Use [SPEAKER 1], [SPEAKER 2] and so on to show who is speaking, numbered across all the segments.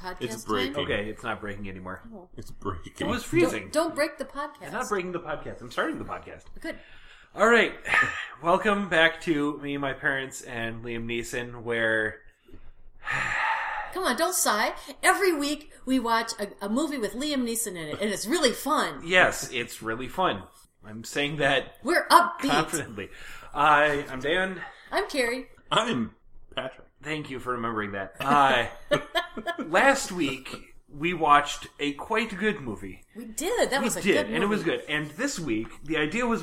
[SPEAKER 1] podcast
[SPEAKER 2] It's breaking.
[SPEAKER 1] time?
[SPEAKER 3] Okay, it's not breaking anymore.
[SPEAKER 1] Oh.
[SPEAKER 2] It's
[SPEAKER 3] It
[SPEAKER 2] breaking.
[SPEAKER 3] was freezing.
[SPEAKER 1] Don't, don't break the podcast.
[SPEAKER 3] I'm not breaking the podcast. I'm starting the podcast.
[SPEAKER 1] Good.
[SPEAKER 3] All right. Welcome back to me, my parents, and Liam Neeson, where
[SPEAKER 1] Come on, don't sigh. Every week we watch a, a movie with Liam Neeson in it, and it's really fun.
[SPEAKER 3] yes, it's really fun. I'm saying that
[SPEAKER 1] We're upbeat.
[SPEAKER 3] confidently. I I'm Dan.
[SPEAKER 1] I'm Carrie.
[SPEAKER 2] I'm Patrick.
[SPEAKER 3] Thank you for remembering that. Uh, last week we watched a quite good movie.
[SPEAKER 1] We did. That
[SPEAKER 3] We
[SPEAKER 1] was a
[SPEAKER 3] did,
[SPEAKER 1] good movie.
[SPEAKER 3] and it was good. And this week the idea was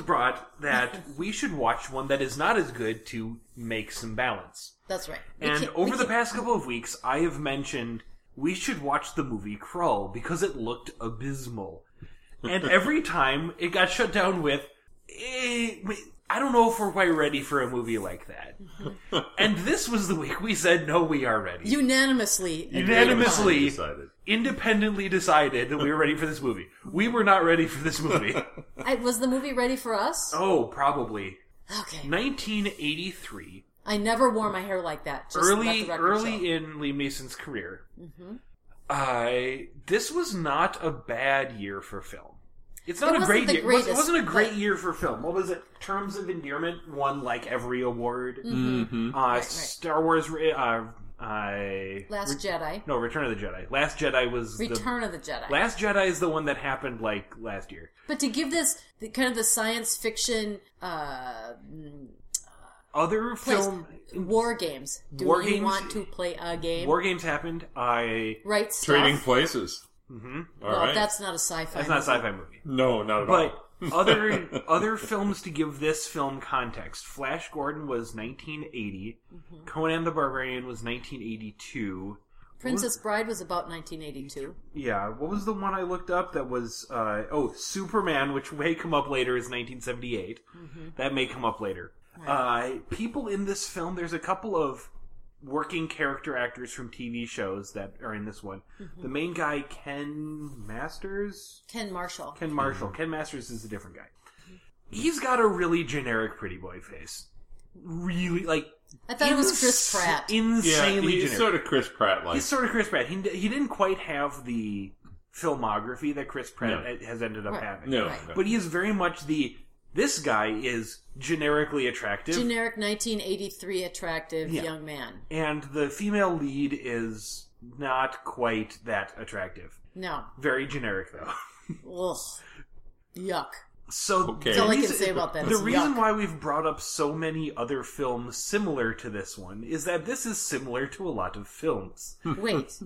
[SPEAKER 3] brought that we should watch one that is not as good to make some balance.
[SPEAKER 1] That's right. We
[SPEAKER 3] And
[SPEAKER 1] can't- we
[SPEAKER 3] over the
[SPEAKER 1] can't-
[SPEAKER 3] past couple of weeks, I have mentioned we should watch the movie Crawl because it looked abysmal. And every time it got shut down with, eh, I don't know if we're quite ready for a movie like that. and this was the week we said, no, we are ready.
[SPEAKER 1] unanimously, agreed
[SPEAKER 3] Unanimously.
[SPEAKER 2] We decided.
[SPEAKER 3] Independently decided that we were ready for this movie. We were not ready for this movie.
[SPEAKER 1] upon. I, was the movie ready for us?
[SPEAKER 3] oh, probably.
[SPEAKER 1] Okay.
[SPEAKER 3] 1983.
[SPEAKER 1] I never wore my hair like that. Just let the
[SPEAKER 3] early
[SPEAKER 1] record
[SPEAKER 3] early
[SPEAKER 1] show. Mm-hmm.
[SPEAKER 3] in Liam Neeson's career. I this was not a bad year for film. It's not
[SPEAKER 1] It
[SPEAKER 3] a
[SPEAKER 1] wasn't
[SPEAKER 3] great
[SPEAKER 1] the
[SPEAKER 3] year. It wasn't- it
[SPEAKER 1] greatest,
[SPEAKER 3] wasn't a great
[SPEAKER 1] but-
[SPEAKER 3] year for film. What was it? Terms of Endearment won like every award.
[SPEAKER 1] Mm-hmm.
[SPEAKER 3] Uh, Star Wars. re- Uh, I
[SPEAKER 1] Last Jedi,
[SPEAKER 3] no Return of the Jedi. Last Jedi was
[SPEAKER 1] Return of the
[SPEAKER 3] the
[SPEAKER 1] Jedi.
[SPEAKER 3] Last Jedi is the one that happened like last year.
[SPEAKER 1] But to give this the, kind of the science fiction uh,
[SPEAKER 3] Other
[SPEAKER 1] place,
[SPEAKER 3] film
[SPEAKER 1] war games. Do
[SPEAKER 3] War
[SPEAKER 1] you
[SPEAKER 3] games-
[SPEAKER 1] want to play a game?
[SPEAKER 3] war games happened. I
[SPEAKER 1] right stuff.
[SPEAKER 2] Trading places. Mm-hmm.
[SPEAKER 1] well, that's not a sci-fi.
[SPEAKER 3] it's not a
[SPEAKER 1] movie.
[SPEAKER 3] sci-fi movie.
[SPEAKER 2] No, not at
[SPEAKER 3] But
[SPEAKER 2] all.
[SPEAKER 3] other other films to give this film context. Flash Gordon was 1980. Conan the Barbarian was 1982.
[SPEAKER 1] Princess Bride was about 1982.
[SPEAKER 3] Yeah, what was the one I looked up that was uh, oh Superman, which may come up later, is 1978. That may come up later. Uh, people in this film, there's a couple of working character actors from TV shows that are in this one. The main guy, Ken Masters,
[SPEAKER 1] Ken Marshall.
[SPEAKER 3] Ken Marshall. Ken Masters is a different guy. He's got a really generic pretty boy face. Really, like.
[SPEAKER 1] I thought it was Chris
[SPEAKER 3] ins-
[SPEAKER 1] Pratt.
[SPEAKER 2] yeah,
[SPEAKER 3] Insanely
[SPEAKER 2] he's
[SPEAKER 3] generic.
[SPEAKER 2] sort of Chris Pratt like.
[SPEAKER 3] he's sort of Chris Pratt. He, he didn't quite have the filmography that Chris Pratt has ended up
[SPEAKER 1] Right.
[SPEAKER 3] having.
[SPEAKER 2] No,
[SPEAKER 1] Right.
[SPEAKER 2] no.
[SPEAKER 3] But he is very much the. This guy is generically attractive.
[SPEAKER 1] Generic 1983 attractive
[SPEAKER 3] Yeah.
[SPEAKER 1] young man.
[SPEAKER 3] and the female lead is not quite that attractive.
[SPEAKER 1] No.
[SPEAKER 3] Very generic, though.
[SPEAKER 1] Ugh. Yuck.
[SPEAKER 3] So
[SPEAKER 2] Okay.
[SPEAKER 3] the
[SPEAKER 2] That's all
[SPEAKER 1] I can
[SPEAKER 3] reason-
[SPEAKER 1] say about that
[SPEAKER 3] The
[SPEAKER 1] is
[SPEAKER 3] reason
[SPEAKER 1] yuck.
[SPEAKER 3] why we've brought up so many other films similar to this one is that this is similar to a lot of films.
[SPEAKER 1] Wait.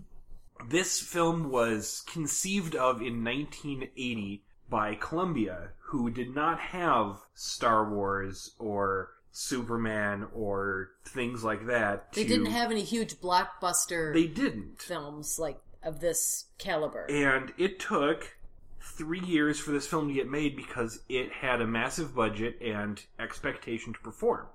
[SPEAKER 3] this film was conceived of in 1980 by Columbia, who did not have Star Wars or Superman or things like that.
[SPEAKER 1] They
[SPEAKER 3] to-
[SPEAKER 1] didn't have any huge blockbuster
[SPEAKER 3] They Eh. didn't.
[SPEAKER 1] films like of this caliber.
[SPEAKER 3] And it took three years for this film to get made because it had a massive budget and expectation to perform.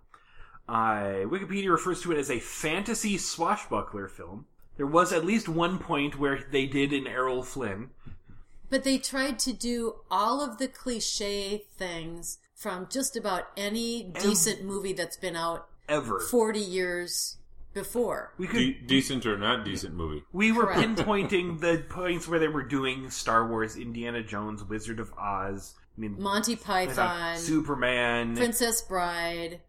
[SPEAKER 3] Uh, Wikipedia refers to it as a fantasy swashbuckler film. There was at least one point where they did an Errol Flynn.
[SPEAKER 1] But they tried to do all of the cliche things from just about any decent movie that's been out
[SPEAKER 3] Ever.
[SPEAKER 1] 40 years before.
[SPEAKER 3] We could.
[SPEAKER 2] De- decent or not decent movie.
[SPEAKER 3] we were
[SPEAKER 1] Correct.
[SPEAKER 3] pinpointing the points where they were doing Star Wars, Indiana Jones, Wizard of Oz. I mean,
[SPEAKER 1] Monty Python,
[SPEAKER 3] Superman,
[SPEAKER 1] Princess Bride,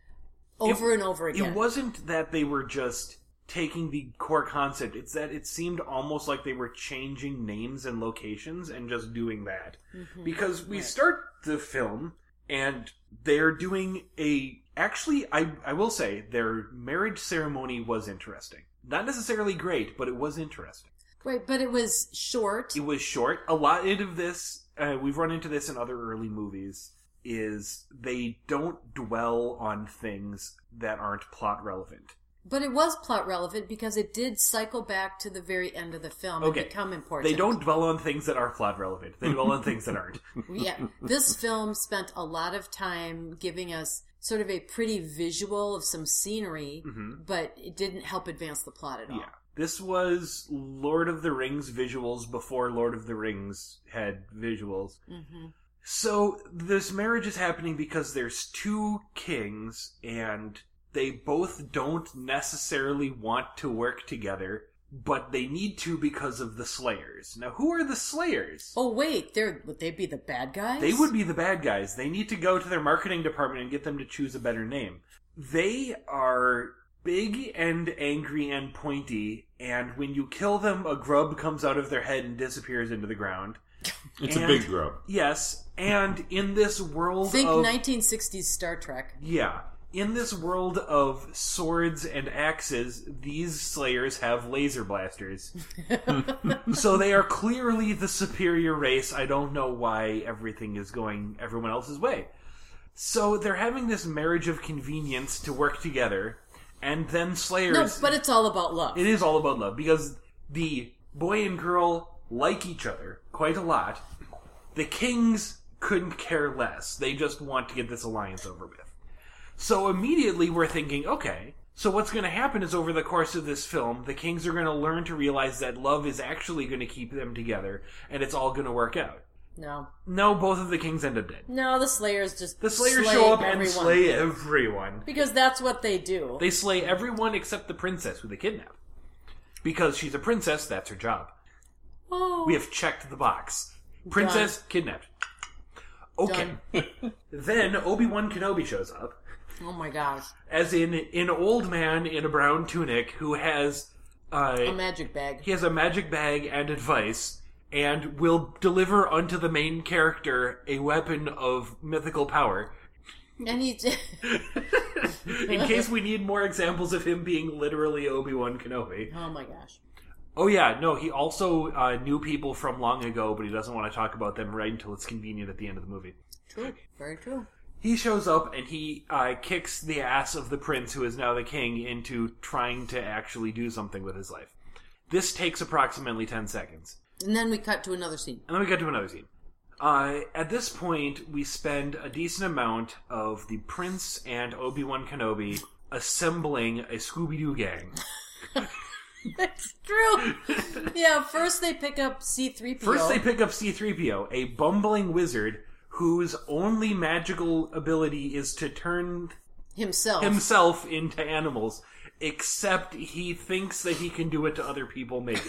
[SPEAKER 1] over and over again.
[SPEAKER 3] It wasn't that they were just taking the core concept. It's that it seemed almost like they were changing names and locations and just doing that.
[SPEAKER 1] Mm-hmm.
[SPEAKER 3] Because we start the film and they're doing a actually I I will say their marriage ceremony was interesting. Not necessarily great, but it was interesting.
[SPEAKER 1] Right, but it was short.
[SPEAKER 3] It was short. A lot of this, uh, we've run into this in other early movies, is they don't dwell on things that aren't plot relevant.
[SPEAKER 1] But it was plot relevant because it did cycle back to the very end of the film
[SPEAKER 3] Okay.
[SPEAKER 1] and become important.
[SPEAKER 3] They don't dwell on things that are plot relevant. They dwell on things that aren't.
[SPEAKER 1] Yeah. This film spent a lot of time giving us sort of a pretty visual of some scenery, but it didn't help advance the plot at all.
[SPEAKER 3] Yeah. This was Lord of the Rings visuals before Lord of the Rings had visuals.
[SPEAKER 1] Mm-hmm.
[SPEAKER 3] So this marriage is happening because there's two kings and they both don't necessarily want to work together. but they need to because of the Slayers. Now, who are the Slayers?
[SPEAKER 1] Oh wait, they're would they be the bad guys?
[SPEAKER 3] They would be the bad guys. They need to go to their marketing department and get them to choose a better name. They are big and angry and pointy, and when you kill them, a grub comes out of their head and disappears into the ground.
[SPEAKER 2] It's
[SPEAKER 3] And-
[SPEAKER 2] a big grub.
[SPEAKER 3] Yes, and in this world
[SPEAKER 1] think
[SPEAKER 3] of
[SPEAKER 1] 1960s Star Trek.
[SPEAKER 3] yeah, in this world of swords and axes, these slayers have laser blasters. so they are clearly the superior race. I don't know why everything is going everyone else's way. So they're having this marriage of convenience to work together, and then slayers
[SPEAKER 1] No, but it's all about love.
[SPEAKER 3] it is all about love because the boy and girl like each other quite a lot. The kings couldn't care less. They just want to get this alliance over with. So immediately we're thinking, okay, so what's going to happen is over the course of this film, the kings are going to learn to realize that love is actually going to keep them together and it's all going to work out.
[SPEAKER 1] No,
[SPEAKER 3] No, both of the kings end up dead.
[SPEAKER 1] no, the Slayers just
[SPEAKER 3] The slayers
[SPEAKER 1] slay
[SPEAKER 3] show up
[SPEAKER 1] everyone.
[SPEAKER 3] and slay everyone.
[SPEAKER 1] because that's what they do.
[SPEAKER 3] They slay everyone except the princess who they kidnap. Because she's a princess, that's her job.
[SPEAKER 1] oh,
[SPEAKER 3] We have checked the box. Princess kidnapped. Okay. then Obi Wan Kenobi shows up
[SPEAKER 1] oh my gosh,
[SPEAKER 3] as in an old man in a brown tunic who has
[SPEAKER 1] a
[SPEAKER 3] uh,
[SPEAKER 1] magic bag.
[SPEAKER 3] he has a magic bag and advice and will deliver unto the main character a weapon of mythical power.
[SPEAKER 1] And he,
[SPEAKER 3] in case we need more examples of him being literally Obi Wan Kenobi.
[SPEAKER 1] oh my gosh,
[SPEAKER 3] Oh yeah, no, he also uh, knew people from long ago, but he doesn't want to talk about them right until it's convenient at the end of the movie.
[SPEAKER 1] true, very true.
[SPEAKER 3] He shows up and he uh, kicks the ass of the prince, who is now the king, into trying to actually do something with his life. This takes approximately 10 seconds.
[SPEAKER 1] And then we cut to another scene.
[SPEAKER 3] And then we get to another scene. Uh, at this point, we spend a decent amount of the prince and Obi Wan Kenobi assembling a Scooby Doo gang.
[SPEAKER 1] That's true. yeah, first they pick up C3PO.
[SPEAKER 3] First, they pick up C3PO, a bumbling wizard whose only magical ability is to turn
[SPEAKER 1] himself.
[SPEAKER 3] himself into animals, except he thinks that he can do it to other people, maybe.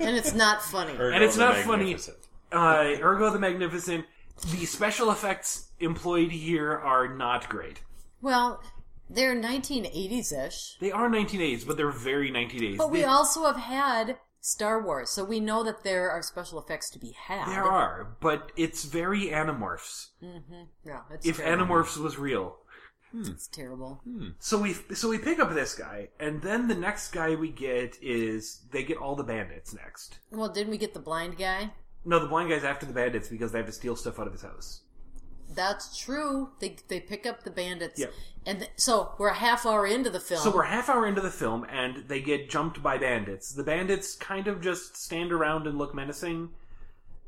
[SPEAKER 1] and it's not funny.
[SPEAKER 2] Ergo
[SPEAKER 3] And it's
[SPEAKER 2] the
[SPEAKER 3] not funny.
[SPEAKER 2] Magnificent.
[SPEAKER 3] Uh, Ergo the Magnificent, the special effects employed here are not great.
[SPEAKER 1] Well, they're 1980s ish,
[SPEAKER 3] They are 1980s, but they're very 1980s.
[SPEAKER 1] but we
[SPEAKER 3] They-
[SPEAKER 1] also have had Star Wars, so we know that there are special effects to be had.
[SPEAKER 3] there are, but it's very Animorphs.
[SPEAKER 1] Yeah, it's
[SPEAKER 3] If
[SPEAKER 1] terrible.
[SPEAKER 3] Animorphs was real.
[SPEAKER 1] it's terrible.
[SPEAKER 3] So we so we pick up this guy, and then the next guy we get is they get all the bandits next.
[SPEAKER 1] Well, didn't we get the blind guy?
[SPEAKER 3] No, the blind guy's after the bandits because they have to steal stuff out of his house.
[SPEAKER 1] That's true. They they pick up the bandits,
[SPEAKER 3] Yeah.
[SPEAKER 1] and th- so we're a half hour into the film.
[SPEAKER 3] So we're half hour into the film, and they get jumped by bandits. The bandits kind of just stand around and look menacing.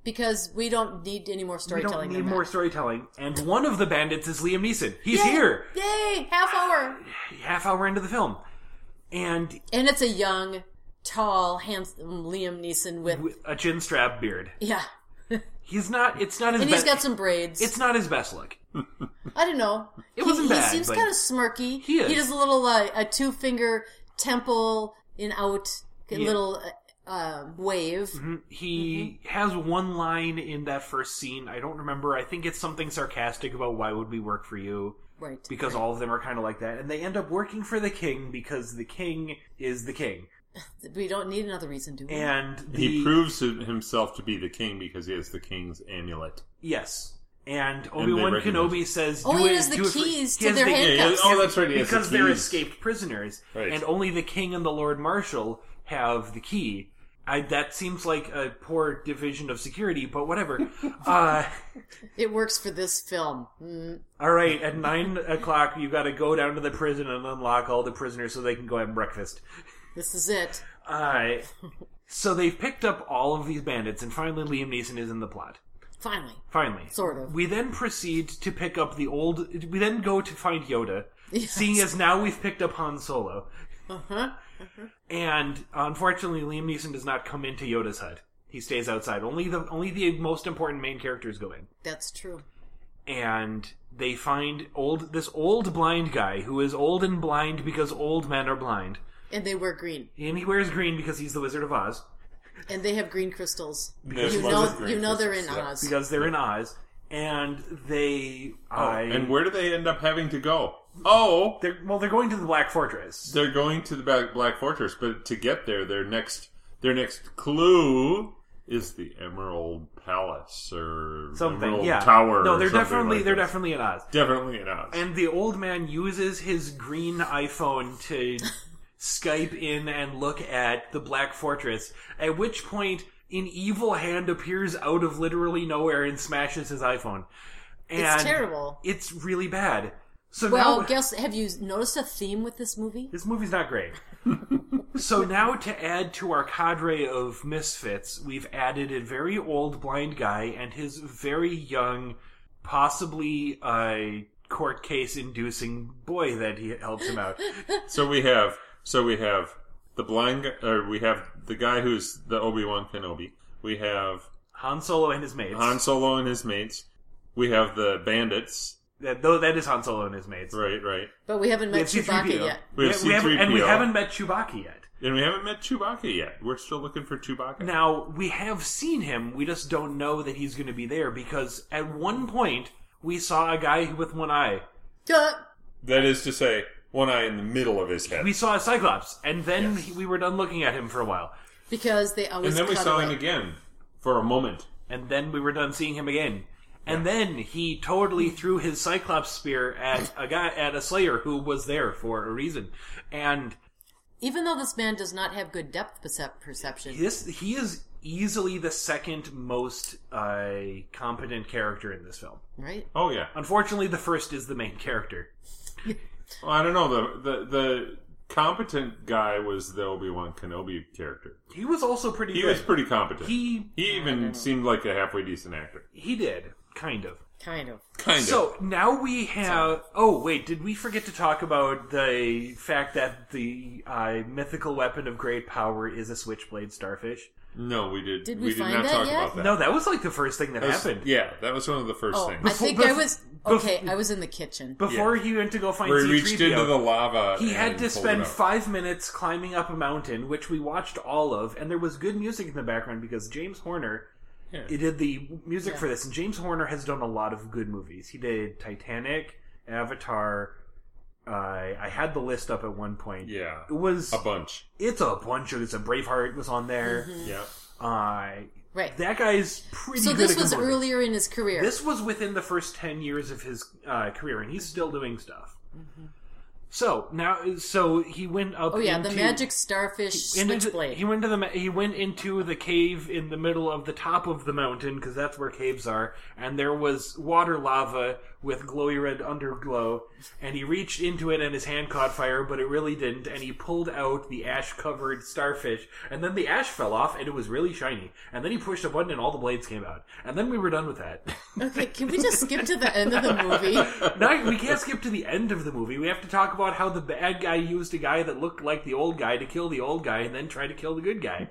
[SPEAKER 1] because we don't need any more
[SPEAKER 3] We
[SPEAKER 1] storytelling.
[SPEAKER 3] don't need
[SPEAKER 1] than that.
[SPEAKER 3] more storytelling. And one of the bandits is Liam Neeson. He's
[SPEAKER 1] Yay!
[SPEAKER 3] here.
[SPEAKER 1] Yay! Half hour,
[SPEAKER 3] Half hour into the film, and
[SPEAKER 1] and it's a young, tall, handsome Liam Neeson with
[SPEAKER 3] with a chin strap beard.
[SPEAKER 1] yeah,
[SPEAKER 3] He's not. It's not his.
[SPEAKER 1] and he's
[SPEAKER 3] be-
[SPEAKER 1] got some braids.
[SPEAKER 3] It's not his best look.
[SPEAKER 1] I don't know. It
[SPEAKER 3] wasn't
[SPEAKER 1] he,
[SPEAKER 3] bad,
[SPEAKER 1] He seems
[SPEAKER 3] but-
[SPEAKER 1] kind of smirky.
[SPEAKER 3] He is.
[SPEAKER 1] does a little uh, a two finger temple in out a
[SPEAKER 3] Yeah.
[SPEAKER 1] little uh, uh, wave.
[SPEAKER 3] Mm-hmm. He
[SPEAKER 1] Mm-hmm.
[SPEAKER 3] has one line in that first scene. I don't remember. I think it's something sarcastic about why would we work for you.
[SPEAKER 1] Right.
[SPEAKER 3] because all of them are kind of like that, and they end up working for the king because the king is the king,
[SPEAKER 1] we don't need another reason, do we?
[SPEAKER 3] and the
[SPEAKER 2] He proves him- himself to be the king because he has the king's amulet.
[SPEAKER 3] yes, and Obi Wan
[SPEAKER 2] recognize
[SPEAKER 3] Kenobi says,
[SPEAKER 1] Oh,
[SPEAKER 3] "Do
[SPEAKER 1] he
[SPEAKER 3] it-
[SPEAKER 1] has the
[SPEAKER 3] do it for-"
[SPEAKER 1] keys
[SPEAKER 3] He
[SPEAKER 1] to
[SPEAKER 3] has
[SPEAKER 1] their
[SPEAKER 3] the-
[SPEAKER 1] hand-
[SPEAKER 2] Yeah, yeah, oh, that's right. He has the
[SPEAKER 3] because they're
[SPEAKER 2] keys.
[SPEAKER 3] escaped prisoners,
[SPEAKER 2] Right.
[SPEAKER 3] and only the king and the Lord Marshal have the key." I, that seems like a poor division of security, but whatever. uh,
[SPEAKER 1] It works for this film. Mm.
[SPEAKER 3] all right, at nine o'clock, you got to go down to the prison and unlock all the prisoners so they can go have breakfast.
[SPEAKER 1] This is it.
[SPEAKER 3] Uh, so they've picked up all of these bandits, and finally Liam Neeson is in the plot.
[SPEAKER 1] Finally.
[SPEAKER 3] Finally.
[SPEAKER 1] Sort of.
[SPEAKER 3] We then proceed to pick up the old. We then go to find Yoda, seeing as now we've picked up Han Solo.
[SPEAKER 1] Uh huh.
[SPEAKER 3] And uh, unfortunately, Liam Neeson does not come into Yoda's hut. He stays outside. Only the only the most important main characters go in.
[SPEAKER 1] That's true.
[SPEAKER 3] And they find old this old blind guy who is old and blind because old men are blind.
[SPEAKER 1] And they wear green.
[SPEAKER 3] And he wears green because he's the Wizard of Oz.
[SPEAKER 1] And they have green crystals.
[SPEAKER 2] There's
[SPEAKER 1] you
[SPEAKER 2] lots
[SPEAKER 1] know,
[SPEAKER 2] of green
[SPEAKER 1] you know they're in
[SPEAKER 2] crystals, yeah.
[SPEAKER 1] Oz.
[SPEAKER 3] Because they're in Oz. And they.
[SPEAKER 2] Oh,
[SPEAKER 3] I,
[SPEAKER 2] and where do they end up having to go? Oh,
[SPEAKER 3] they're, well, they're going to the Black Fortress.
[SPEAKER 2] they're going to the Black, Black Fortress, but to get there, their next their next clue is the Emerald Palace or
[SPEAKER 3] Something,
[SPEAKER 2] Emerald
[SPEAKER 3] yeah.
[SPEAKER 2] Tower.
[SPEAKER 3] No,
[SPEAKER 2] or
[SPEAKER 3] they're
[SPEAKER 2] something
[SPEAKER 3] definitely
[SPEAKER 2] like
[SPEAKER 3] they're
[SPEAKER 2] this.
[SPEAKER 3] definitely in Oz.
[SPEAKER 2] definitely in Oz.
[SPEAKER 3] And the old man uses his green iPhone to Skype in and look at the Black Fortress, at which point an evil hand appears out of literally nowhere and smashes his iPhone. And
[SPEAKER 1] It's terrible.
[SPEAKER 3] It's really bad. So
[SPEAKER 1] Well,
[SPEAKER 3] now
[SPEAKER 1] guess have you noticed a theme with this movie?
[SPEAKER 3] this movie's not great. so now to add to our cadre of misfits, we've added a very old blind guy and his very young, possibly uh, court case inducing boy that he helps him out.
[SPEAKER 2] so we have so we have the blind guy, or we have the guy who's the Obi Wan Kenobi. We have
[SPEAKER 3] Han Solo and his mates.
[SPEAKER 2] Han Solo and his mates. We have the bandits.
[SPEAKER 3] that, though that is Han Solo and his mates.
[SPEAKER 2] Right, right.
[SPEAKER 1] But we haven't
[SPEAKER 3] We
[SPEAKER 1] met
[SPEAKER 3] have
[SPEAKER 1] Chewbacca
[SPEAKER 3] C-3PO.
[SPEAKER 1] yet.
[SPEAKER 2] We have
[SPEAKER 3] Yeah, haven't- and we
[SPEAKER 2] C-3PO.
[SPEAKER 3] haven't met Chewbacca yet.
[SPEAKER 2] And we haven't met Chewbacca yet. We're still looking for Chewbacca.
[SPEAKER 3] Now, we have seen him, we just don't know that he's going to be there because at one point we saw a guy with one eye.
[SPEAKER 1] Duh.
[SPEAKER 2] That is to say, one eye in the middle of his head.
[SPEAKER 3] We saw a Cyclops, and then he- we were done looking at him for a while.
[SPEAKER 1] Because they always
[SPEAKER 2] and then we
[SPEAKER 1] cut
[SPEAKER 2] saw
[SPEAKER 1] away.
[SPEAKER 2] him again for a moment.
[SPEAKER 3] And then we were done seeing him again. And then he totally threw his Cyclops spear at a guy at a Slayer who was there for a reason. And
[SPEAKER 1] Even though this man does not have good depth percep- perception,
[SPEAKER 3] this he is easily the second most uh, competent character in this film.
[SPEAKER 1] right?
[SPEAKER 2] Oh yeah.
[SPEAKER 3] Unfortunately, the first is the main character.
[SPEAKER 2] Well, I don't know. The the the competent guy was the Obi Wan Kenobi character.
[SPEAKER 3] He was also pretty
[SPEAKER 2] He
[SPEAKER 3] good.
[SPEAKER 2] was pretty competent.
[SPEAKER 3] he
[SPEAKER 2] He even seemed like a halfway decent actor.
[SPEAKER 3] he did kind of.
[SPEAKER 1] Kind of.
[SPEAKER 2] Kind
[SPEAKER 3] So now we have. Oh wait, did we forget to talk about the fact that the uh, mythical weapon of great power is a switchblade starfish?
[SPEAKER 2] No, we did.
[SPEAKER 1] Did
[SPEAKER 2] we,
[SPEAKER 1] we
[SPEAKER 2] did
[SPEAKER 1] find
[SPEAKER 2] not
[SPEAKER 1] that
[SPEAKER 2] talk
[SPEAKER 1] yet?
[SPEAKER 2] about that.
[SPEAKER 3] No, that was like the first thing that
[SPEAKER 2] That was-
[SPEAKER 3] happened.
[SPEAKER 2] Yeah, that was one of the first
[SPEAKER 1] Oh, I
[SPEAKER 2] things.
[SPEAKER 1] think
[SPEAKER 3] bef-
[SPEAKER 1] I was
[SPEAKER 3] bef-
[SPEAKER 1] okay. I was in the kitchen.
[SPEAKER 3] Before he went to go find
[SPEAKER 2] Where
[SPEAKER 3] C-3PO,
[SPEAKER 2] he reached into the lava.
[SPEAKER 3] He had
[SPEAKER 2] and pulled
[SPEAKER 3] to
[SPEAKER 2] it
[SPEAKER 3] spend
[SPEAKER 2] out.
[SPEAKER 3] five minutes climbing up a mountain, which we watched all of, and there was good music in the background because James Horner
[SPEAKER 2] Yeah.
[SPEAKER 3] he did the music
[SPEAKER 1] Yeah.
[SPEAKER 3] for this. And James Horner has done a lot of good movies. He did Titanic, Avatar. Uh, I had the list up at one point.
[SPEAKER 2] Yeah,
[SPEAKER 3] It was
[SPEAKER 2] a bunch.
[SPEAKER 3] it's a bunch of it's a Braveheart was on there.
[SPEAKER 2] Yeah,
[SPEAKER 3] Uh,
[SPEAKER 1] Right.
[SPEAKER 3] that guy's pretty.
[SPEAKER 1] Mm-hmm. So
[SPEAKER 3] good
[SPEAKER 1] this
[SPEAKER 3] at
[SPEAKER 1] was
[SPEAKER 3] composing.
[SPEAKER 1] earlier in his career.
[SPEAKER 3] This was within the first ten years of his uh, career, and he's still doing stuff. So now, so he went up.
[SPEAKER 1] Mm-hmm. oh yeah, the
[SPEAKER 3] into-
[SPEAKER 1] magic starfish
[SPEAKER 3] into-
[SPEAKER 1] switchblade.
[SPEAKER 3] He went to the ma- he went into the cave in the middle of the top of the mountain because that's where caves are, and there was water lava with glowy red underglow. And he reached into it, and his hand caught fire, but it really didn't. And he pulled out the ash covered starfish, and then the ash fell off, and it was really shiny. And then he pushed a button, and all the blades came out. And then we were done with that.
[SPEAKER 1] okay, can we just skip to the end of the movie?
[SPEAKER 3] No, we can't skip to the end of the movie. We have to talk about how the bad guy used a guy that looked like the old guy to kill the old guy and then try to kill the good guy.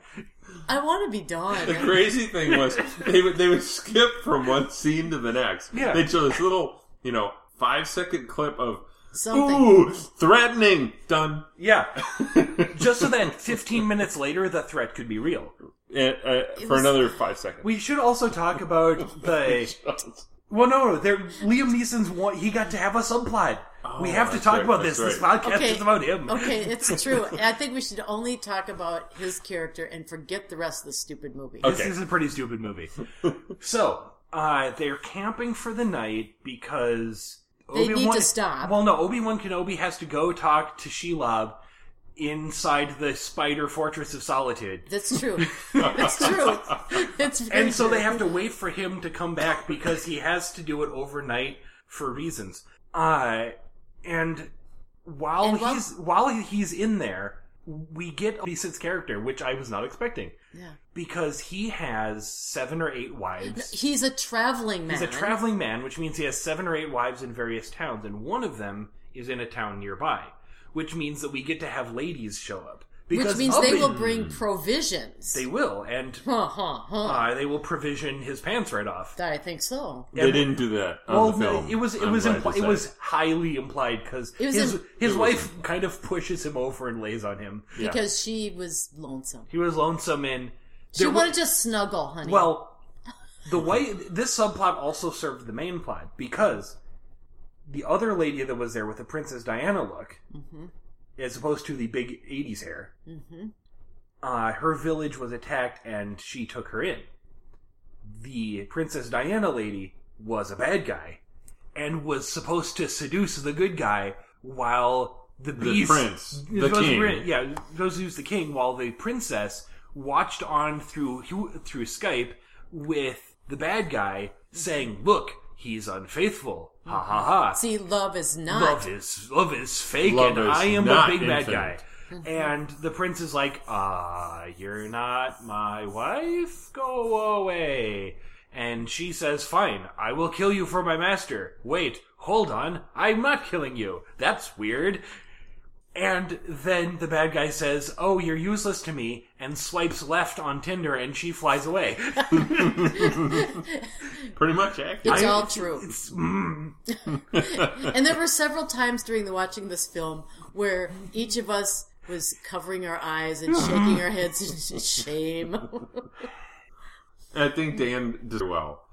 [SPEAKER 1] I want to be done.
[SPEAKER 2] The crazy thing was they would they would skip from one scene to the next.
[SPEAKER 3] Yeah.
[SPEAKER 2] They show this little, you know, five second clip of
[SPEAKER 1] Something.
[SPEAKER 2] ooh threatening. Done.
[SPEAKER 3] Yeah. Just so that 15 minutes later, the threat could be real.
[SPEAKER 2] And, uh, for
[SPEAKER 1] was-
[SPEAKER 2] another five seconds.
[SPEAKER 3] We should also talk about the. Well, no, there, Liam Neeson's one. He got to have a subplot. we have
[SPEAKER 2] Oh,
[SPEAKER 3] to
[SPEAKER 2] that's
[SPEAKER 3] talk
[SPEAKER 2] right,
[SPEAKER 3] about this.
[SPEAKER 2] that's
[SPEAKER 3] This
[SPEAKER 2] right.
[SPEAKER 3] podcast is about him.
[SPEAKER 1] Okay, it's true. I think we should only talk about his character and forget the rest of the stupid movie.
[SPEAKER 2] Okay.
[SPEAKER 3] This is a pretty stupid movie. so, uh, they're camping for the night because
[SPEAKER 1] They need to stop.
[SPEAKER 3] Well, no, Obi Wan Kenobi has to go talk to Shelob inside the Spider Fortress of Solitude.
[SPEAKER 1] That's true. That's true. It's very
[SPEAKER 3] And so they
[SPEAKER 1] true.
[SPEAKER 3] have to wait for him to come back because he has to do it overnight for reasons. Uh, and while
[SPEAKER 1] And while-
[SPEAKER 3] he's while he's in there, we get Beast's character, which I was not expecting
[SPEAKER 1] Yeah.
[SPEAKER 3] because he has seven or eight wives.
[SPEAKER 1] He's a traveling man.
[SPEAKER 3] He's a traveling man, which means he has seven or eight wives in various towns, and one of them is in a town nearby, which means that we get to have ladies show up.
[SPEAKER 1] Which
[SPEAKER 3] Because
[SPEAKER 1] means
[SPEAKER 3] up
[SPEAKER 1] they
[SPEAKER 3] in-
[SPEAKER 1] will bring provisions.
[SPEAKER 3] They will, and
[SPEAKER 1] Huh, huh, huh.
[SPEAKER 3] uh, they will provision his pants right off.
[SPEAKER 1] I think so.
[SPEAKER 2] They didn't do that on
[SPEAKER 3] Well,
[SPEAKER 2] the film.
[SPEAKER 3] it was it
[SPEAKER 2] I'm
[SPEAKER 3] was
[SPEAKER 2] glad to
[SPEAKER 3] impli- it
[SPEAKER 2] say.
[SPEAKER 3] was highly implied because
[SPEAKER 1] It was
[SPEAKER 3] his
[SPEAKER 1] im-
[SPEAKER 3] his
[SPEAKER 2] It was
[SPEAKER 3] wife kind of pushes him over and lays on him.
[SPEAKER 2] Yeah.
[SPEAKER 1] Because she was lonesome.
[SPEAKER 3] He was lonesome and
[SPEAKER 1] She
[SPEAKER 3] there wa-
[SPEAKER 1] wanted to snuggle, honey.
[SPEAKER 3] Well, the way this subplot also served the main plot because the other lady that was there with the Princess Diana look,
[SPEAKER 1] Mm-hmm.
[SPEAKER 3] as opposed to the big '80s hair, uh, her village was attacked and she took her in. The Princess Diana lady was a bad guy and was supposed to seduce the good guy while the beast,
[SPEAKER 2] prince, the
[SPEAKER 3] supposed to
[SPEAKER 2] king.
[SPEAKER 3] bring- yeah, supposed to use the king while the princess watched on through through Skype with the bad guy saying, "Look, he's unfaithful." Ha ha ha.
[SPEAKER 1] See, love is not.
[SPEAKER 3] Love is love is fake,
[SPEAKER 2] Love
[SPEAKER 3] and
[SPEAKER 2] is
[SPEAKER 3] I am the
[SPEAKER 2] not
[SPEAKER 3] big bad guy.
[SPEAKER 2] infinite.
[SPEAKER 3] And the prince is like, "Ah, you're not my wife. Go away." And she says, "Fine, I will kill you for my master." Wait, hold on, I'm not killing you. That's weird. And then the bad guy says, "Oh, you're useless to me," and swipes left on Tinder, and she flies away.
[SPEAKER 2] pretty much accurate.
[SPEAKER 1] It's
[SPEAKER 3] I-
[SPEAKER 1] all true.
[SPEAKER 3] It's- mm.
[SPEAKER 1] And there were several times during the watching this film where each of us was covering our eyes and shaking our heads in shame.
[SPEAKER 2] I think Dan did well.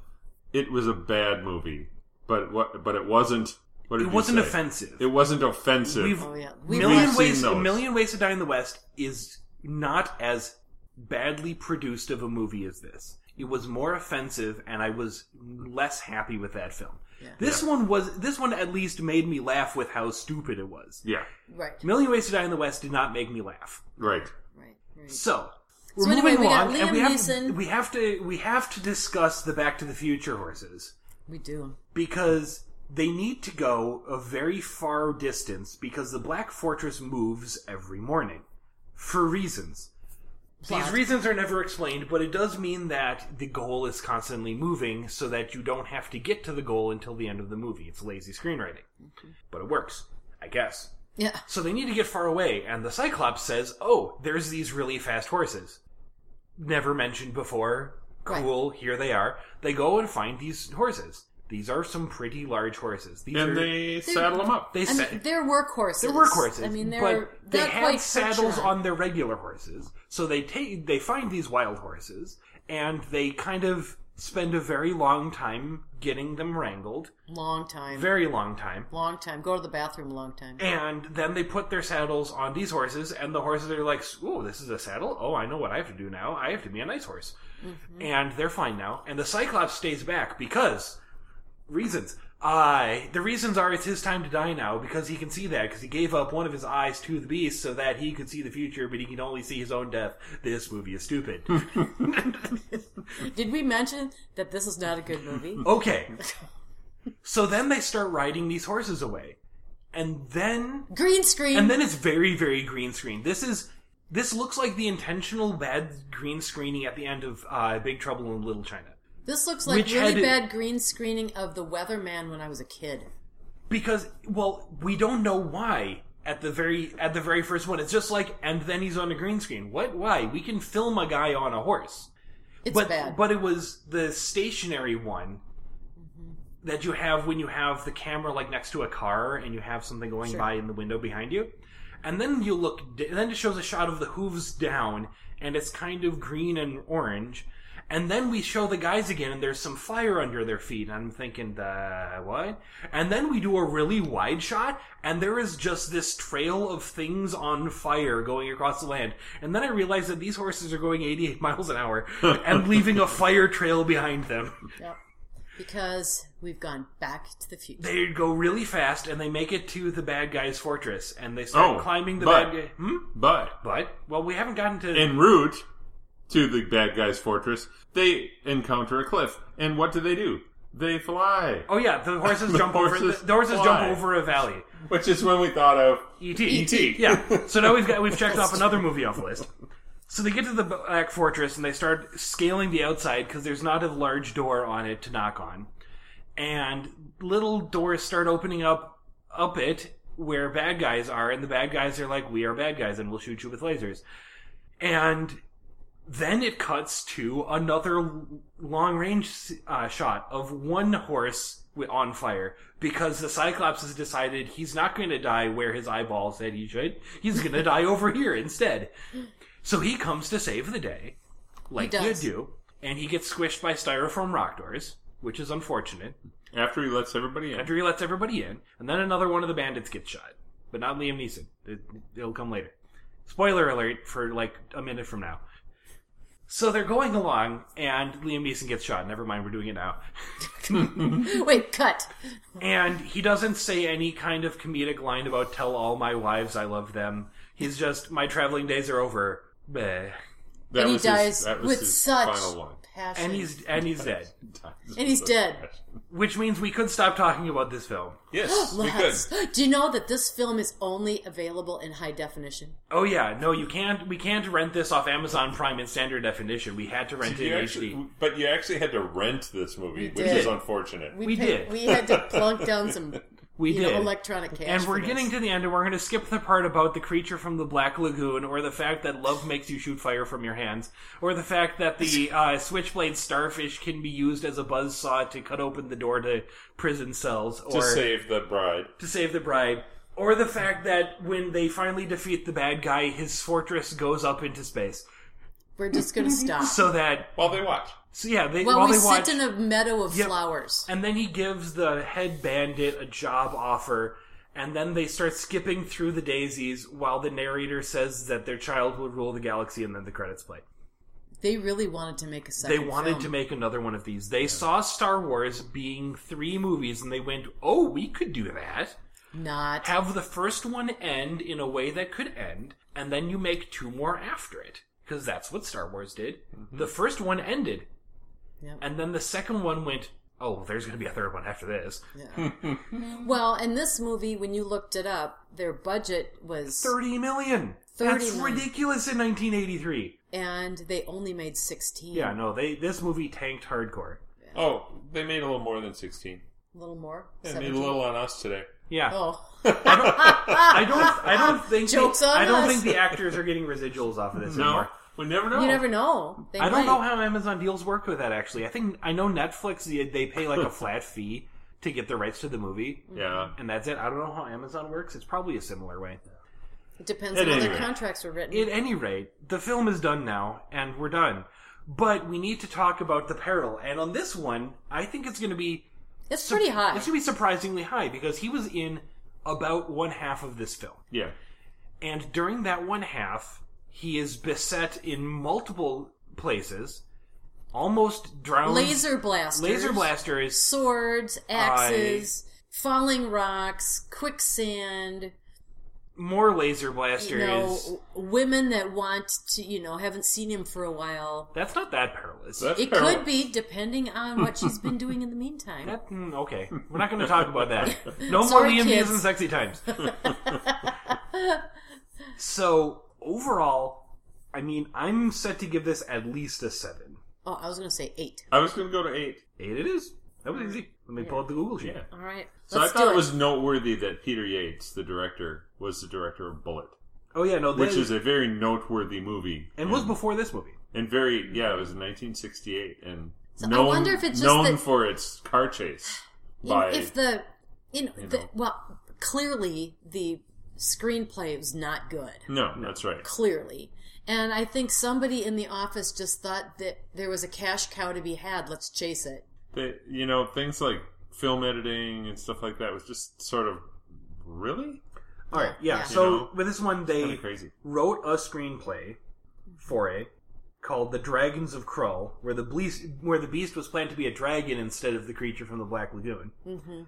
[SPEAKER 2] It was a bad movie, but what? But it wasn't. What did
[SPEAKER 3] it
[SPEAKER 2] you
[SPEAKER 3] wasn't
[SPEAKER 2] say?
[SPEAKER 3] offensive.
[SPEAKER 2] It wasn't offensive.
[SPEAKER 3] We've-
[SPEAKER 1] Oh yeah, we
[SPEAKER 2] We've
[SPEAKER 3] Million
[SPEAKER 2] seen
[SPEAKER 1] watched,
[SPEAKER 3] Ways,
[SPEAKER 2] those.
[SPEAKER 3] A Million Ways to Die in the West is not as badly produced of a movie as this. It was more offensive, and I was less happy with that film. This one was. This one at least made me laugh with how stupid it was.
[SPEAKER 2] yeah,
[SPEAKER 1] right,
[SPEAKER 3] Million Ways to Die in the West did not make me laugh.
[SPEAKER 2] right.
[SPEAKER 1] right, right.
[SPEAKER 3] So we're
[SPEAKER 1] anyway,
[SPEAKER 3] moving
[SPEAKER 1] we got
[SPEAKER 3] along, and
[SPEAKER 1] Liam
[SPEAKER 3] we have,
[SPEAKER 1] Neeson.
[SPEAKER 3] to, we have to we have to discuss the Back to the Future horses
[SPEAKER 1] We do.
[SPEAKER 3] because they need to go a very far distance because the Black Fortress moves every morning for reasons.
[SPEAKER 1] Plot.
[SPEAKER 3] These reasons are never explained, but it does mean that the goal is constantly moving so that you don't have to get to the goal until the end of the movie. It's lazy screenwriting. But it works, I guess.
[SPEAKER 1] Yeah,
[SPEAKER 3] So they need to get far away, and the Cyclops says, Oh, there's these really fast horses. Never mentioned before.
[SPEAKER 1] Right.
[SPEAKER 3] Cool, here they are. They go and find these horses. These are some pretty large horses. These are
[SPEAKER 2] And they saddle them up.
[SPEAKER 3] they
[SPEAKER 1] I
[SPEAKER 3] sa-
[SPEAKER 1] mean they're workhorses.
[SPEAKER 3] they're workhorses.
[SPEAKER 1] I mean they're
[SPEAKER 3] but they
[SPEAKER 1] not
[SPEAKER 3] had
[SPEAKER 1] quite
[SPEAKER 3] saddles
[SPEAKER 1] Percheron.
[SPEAKER 3] on their regular horses, so they take they find these wild horses and they kind of spend a very long time getting them wrangled,
[SPEAKER 1] long time,
[SPEAKER 3] very long time.
[SPEAKER 1] long time. Go to the bathroom, long time.
[SPEAKER 3] And then they put their saddles on these horses, and the horses are like, "Ooh, this is a saddle. Oh, I know what I have to do now. I have to be a nice horse." And they're fine now. And the Cyclops stays back because reasons. I the reasons are it's his time to die now because he can see that because he gave up one of his eyes to the beast so that he could see the future, but he can only see his own death. This movie is stupid.
[SPEAKER 1] Did we mention that this is not a good movie?
[SPEAKER 3] okay. So then they start riding these horses away. And then
[SPEAKER 1] Green screen.
[SPEAKER 3] and then it's very very green screen this is this looks like the intentional bad green screening at the end of uh, big trouble in little china
[SPEAKER 1] this looks like
[SPEAKER 3] which
[SPEAKER 1] really
[SPEAKER 3] had-
[SPEAKER 1] bad green screening of the Weatherman when I was a kid.
[SPEAKER 3] because well we don't know why at the very at the very first one it's just like and then he's on a green screen what why we can film a guy on a horse
[SPEAKER 1] It's
[SPEAKER 3] but
[SPEAKER 1] bad.
[SPEAKER 3] but it was the stationary one that you have when you have the camera like next to a car and you have something going by in the window behind you and then you look d- and then it shows a shot of the hooves down and it's kind of green and orange and then we show the guys again and there's some fire under their feet and i'm thinking the what and then we do a really wide shot and there is just this trail of things on fire going across the land and then i realize that these horses are going 88 miles an hour and leaving a fire trail behind them
[SPEAKER 1] Yep. Because we've gone back to the future.
[SPEAKER 3] they go really fast and they make it to the bad guy's fortress and they start
[SPEAKER 2] Oh,
[SPEAKER 3] climbing the
[SPEAKER 2] but-
[SPEAKER 3] bad guy. Hmm?
[SPEAKER 2] But
[SPEAKER 3] But well, we haven't gotten to.
[SPEAKER 2] en route to the bad guy's fortress, they encounter a cliff. And what do they do? They fly,
[SPEAKER 3] oh yeah, the horses
[SPEAKER 2] The
[SPEAKER 3] jump over.
[SPEAKER 2] horses
[SPEAKER 3] The, the horses
[SPEAKER 2] fly. E
[SPEAKER 3] jump over a valley. E
[SPEAKER 2] which is when we thought of.
[SPEAKER 3] Et.
[SPEAKER 2] E.T..
[SPEAKER 3] Yeah. So now we've got we've checked off another movie off the list. So they get to the Black Fortress and they start scaling the outside because there's not a large door on it to knock on, and little doors start opening up up it where bad guys are, and the bad guys are like, "We are bad guys, and we'll shoot you with lasers." And then it cuts to another long range uh, shot of one horse wi- on fire because the Cyclops has decided he's not going to die where his eyeball said he should. He's going to die over here instead. So he comes to save the day, like you
[SPEAKER 1] does.
[SPEAKER 3] do, and he gets squished by styrofoam rock doors, which is unfortunate.
[SPEAKER 2] After he lets everybody in.
[SPEAKER 3] After he lets everybody in, and then another one of the bandits gets shot, but not Liam Neeson. It, it'll come later. Spoiler alert for like a minute from now. So they're going along, and Liam Neeson gets shot. Never mind, we're doing it now.
[SPEAKER 1] Wait, cut.
[SPEAKER 3] And he doesn't say any kind of comedic line about "tell all my wives I love them." He's just, "My traveling days are over." Bleh.
[SPEAKER 2] that
[SPEAKER 1] and he
[SPEAKER 2] was his-
[SPEAKER 1] dies
[SPEAKER 2] that was
[SPEAKER 1] with
[SPEAKER 2] his
[SPEAKER 1] such
[SPEAKER 2] final line.
[SPEAKER 1] passion.
[SPEAKER 3] And he's and he's dead,
[SPEAKER 1] And he's dead.
[SPEAKER 3] which means we could stop talking about this film.
[SPEAKER 2] Yes, we could.
[SPEAKER 1] Let's- Do you know that this film is only available in high definition?
[SPEAKER 3] Oh yeah, no, you can't. We can't rent this off Amazon Prime in standard definition. We had to rent it
[SPEAKER 2] You
[SPEAKER 3] in
[SPEAKER 2] actually-
[SPEAKER 3] HD.
[SPEAKER 2] but you actually had to rent this movie, which
[SPEAKER 1] did.
[SPEAKER 2] is unfortunate.
[SPEAKER 1] We,
[SPEAKER 3] We
[SPEAKER 1] paid-
[SPEAKER 3] did.
[SPEAKER 1] We had to plunk down some
[SPEAKER 3] We
[SPEAKER 1] you
[SPEAKER 3] did.
[SPEAKER 1] know, electronic cash.
[SPEAKER 3] and we're
[SPEAKER 1] for this.
[SPEAKER 3] getting to the end, and we're going to skip the part about the creature from the Black Lagoon, or the fact that love makes you shoot fire from your hands, or the fact that the uh, switchblade starfish can be used as a buzzsaw to cut open the door to prison cells, or
[SPEAKER 2] to save the bride.
[SPEAKER 3] to save the bride, or the fact that when they finally defeat the bad guy, his fortress goes up into space,
[SPEAKER 1] We're just going to stop.
[SPEAKER 3] so that
[SPEAKER 2] While they watch.
[SPEAKER 3] so yeah, they,
[SPEAKER 1] well,
[SPEAKER 3] while
[SPEAKER 1] we
[SPEAKER 3] they
[SPEAKER 1] sit
[SPEAKER 3] watch,
[SPEAKER 1] in a meadow of
[SPEAKER 3] Yep.
[SPEAKER 1] flowers.
[SPEAKER 3] And then he gives the head bandit a job offer, and then they start skipping through the daisies while the narrator says that their child will rule the galaxy, and then the credits play.
[SPEAKER 1] They really wanted to make a second.
[SPEAKER 3] They wanted
[SPEAKER 1] film.
[SPEAKER 3] to make another one of these. They saw Star Wars being three movies, and they went, oh, we could do that.
[SPEAKER 1] not.
[SPEAKER 3] Have the first one end in a way that could end, and then you make two more after it. Because that's what Star Wars did.
[SPEAKER 1] Mm-hmm.
[SPEAKER 3] The first one ended,
[SPEAKER 1] Yep.
[SPEAKER 3] and then the second one went, oh, there's going to be a third one after this.
[SPEAKER 1] Yeah. well, and this movie, when you looked it up, their budget was,
[SPEAKER 3] 30 million.
[SPEAKER 1] 30
[SPEAKER 3] That's
[SPEAKER 1] million.
[SPEAKER 3] ridiculous in 1983.
[SPEAKER 1] and they only made sixteen.
[SPEAKER 3] Yeah, no, they this movie tanked hardcore.
[SPEAKER 2] Oh, they made a little more than 16.
[SPEAKER 1] a little more.
[SPEAKER 2] They made a
[SPEAKER 1] 17.
[SPEAKER 2] little on us today.
[SPEAKER 3] Yeah.
[SPEAKER 1] Oh,
[SPEAKER 3] I don't I don't think the-
[SPEAKER 1] Jokes on
[SPEAKER 3] I don't
[SPEAKER 1] us.
[SPEAKER 3] think the actors are getting residuals off of this anymore.
[SPEAKER 2] we never know.
[SPEAKER 1] you never know. They
[SPEAKER 3] I
[SPEAKER 1] might.
[SPEAKER 3] don't know how Amazon deals work with that actually. I think I know Netflix they, they pay like a flat fee to get the rights to the movie
[SPEAKER 2] Yeah.
[SPEAKER 3] and that's it. I don't know how Amazon works. It's probably a similar way.
[SPEAKER 1] It depends
[SPEAKER 2] At
[SPEAKER 1] on how
[SPEAKER 2] any
[SPEAKER 1] their
[SPEAKER 2] rate.
[SPEAKER 1] contracts were written.
[SPEAKER 3] At any rate, the film is done now, and we're done. But we need to talk about the peril. And on this one, I think it's going to be
[SPEAKER 1] it's pretty high.
[SPEAKER 3] It's going to be surprisingly high because he was in about one half of this film.
[SPEAKER 2] Yeah.
[SPEAKER 3] And during that one half, he is beset in multiple places, almost drowned.
[SPEAKER 1] Laser blasters.
[SPEAKER 3] laser blasters.
[SPEAKER 1] swords, axes, falling rocks, quicksand.
[SPEAKER 3] More laser blasters.
[SPEAKER 1] You know, women that want to, you know, haven't seen him for a while.
[SPEAKER 3] That's not that perilous.
[SPEAKER 2] That's
[SPEAKER 1] It
[SPEAKER 2] terrible.
[SPEAKER 1] could be depending on what she's been doing in the meantime.
[SPEAKER 3] That- mm, okay, we're not going to talk about that. No
[SPEAKER 1] Sorry,
[SPEAKER 3] more Liam
[SPEAKER 1] kids.
[SPEAKER 3] Neeson sexy times. so overall, I mean, I'm set to give this at least a seven.
[SPEAKER 1] Oh, I was going to say eight.
[SPEAKER 2] I was going to go to 8.
[SPEAKER 3] Eight, it is. That was easy. Let me pull up the Google sheet.
[SPEAKER 2] Yeah.
[SPEAKER 1] All right.
[SPEAKER 2] So
[SPEAKER 1] let's
[SPEAKER 2] I thought
[SPEAKER 1] do
[SPEAKER 2] it was noteworthy that Peter Yates, the director, was the director of Bullet,
[SPEAKER 3] Oh yeah, no,
[SPEAKER 2] which
[SPEAKER 3] this
[SPEAKER 2] is a very noteworthy movie.
[SPEAKER 3] and was before this movie.
[SPEAKER 2] And very, yeah, it was in 1968 and
[SPEAKER 1] So I
[SPEAKER 2] known,
[SPEAKER 1] wonder if it's just
[SPEAKER 2] known
[SPEAKER 1] that-
[SPEAKER 2] for its car chase.
[SPEAKER 1] In-
[SPEAKER 2] By,
[SPEAKER 1] if the in the
[SPEAKER 2] know.
[SPEAKER 1] well clearly the screenplay was not good
[SPEAKER 2] no, that's right.
[SPEAKER 1] clearly and i think somebody in the office just thought that there was a cash cow to be had let's chase it
[SPEAKER 2] They, you know, things like film editing and stuff like that was just sort of really
[SPEAKER 3] All right, yeah.
[SPEAKER 1] Yeah.
[SPEAKER 3] So
[SPEAKER 2] You know,
[SPEAKER 3] with this one, they
[SPEAKER 2] kinda crazy.
[SPEAKER 3] wrote a screenplay for it called "The Dragons of Krull," where the beast where the beast was planned to be a dragon instead of the creature from the Black Lagoon.
[SPEAKER 1] mm-hmm.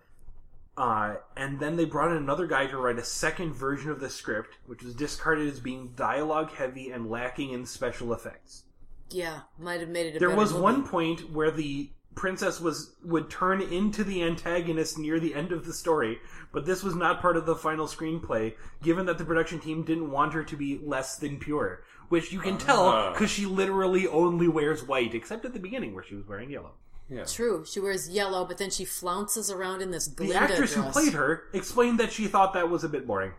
[SPEAKER 3] Uh, and then they brought in another guy to write a second version of the script, which was discarded as being dialogue heavy and lacking in special effects.
[SPEAKER 1] yeah might have made it a
[SPEAKER 3] There
[SPEAKER 1] better
[SPEAKER 3] was
[SPEAKER 1] movie.
[SPEAKER 3] one point where the princess was would turn into the antagonist near the end of the story, but this was not part of the final screenplay, given that the production team didn't want her to be less than pure, which you can tell
[SPEAKER 2] Ah.
[SPEAKER 3] because she literally only wears white, except at the beginning where she was wearing yellow.
[SPEAKER 2] Yeah.
[SPEAKER 1] True. She wears yellow, but then she flounces around in this
[SPEAKER 3] The
[SPEAKER 1] Glinda
[SPEAKER 3] actress who
[SPEAKER 1] dress.
[SPEAKER 3] played her explained that she thought that was a bit boring.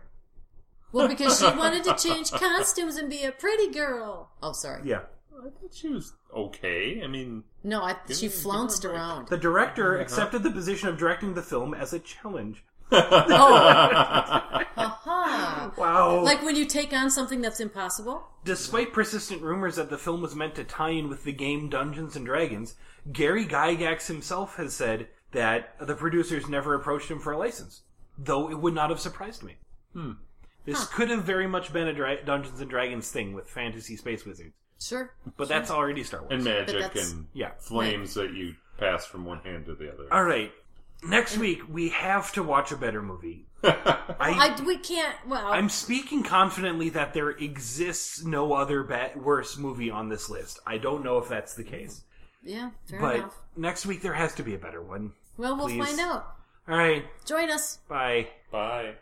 [SPEAKER 1] Well, because she wanted to change costumes and be a pretty girl. Oh, sorry.
[SPEAKER 3] Yeah.
[SPEAKER 2] I thought she was okay. I mean,
[SPEAKER 1] No, I, she
[SPEAKER 2] me- give
[SPEAKER 1] flounced
[SPEAKER 2] her a break.
[SPEAKER 1] around.
[SPEAKER 3] The director
[SPEAKER 1] Uh-huh.
[SPEAKER 3] accepted the position of directing the film as a challenge.
[SPEAKER 1] Oh. Aha!
[SPEAKER 3] Wow.
[SPEAKER 1] Like when you take on something that's impossible.
[SPEAKER 3] Despite persistent rumors that the film was meant to tie in with the game Dungeons and Dragons, Gary Gygax himself has said that the producers never approached him for a license, though it would not have surprised me. This could have very much been a dra- Dungeons and Dragons thing with fantasy space wizards,
[SPEAKER 1] Sure.
[SPEAKER 3] but that's already Star Wars.
[SPEAKER 2] and magic
[SPEAKER 1] that's-
[SPEAKER 2] and
[SPEAKER 3] yeah.
[SPEAKER 2] flames that you pass from one hand to the other.
[SPEAKER 3] All right. Next week we have to watch a better movie. I,
[SPEAKER 1] I we can't. Well,
[SPEAKER 3] I'm speaking confidently that there exists no other ba- worse movie on this list. I don't know if that's the case.
[SPEAKER 1] yeah, fair
[SPEAKER 3] But
[SPEAKER 1] enough.
[SPEAKER 3] next week there has to be a better one.
[SPEAKER 1] Well, we'll
[SPEAKER 3] please.
[SPEAKER 1] find out.
[SPEAKER 3] All right,
[SPEAKER 1] Join us.
[SPEAKER 3] bye.
[SPEAKER 2] Bye.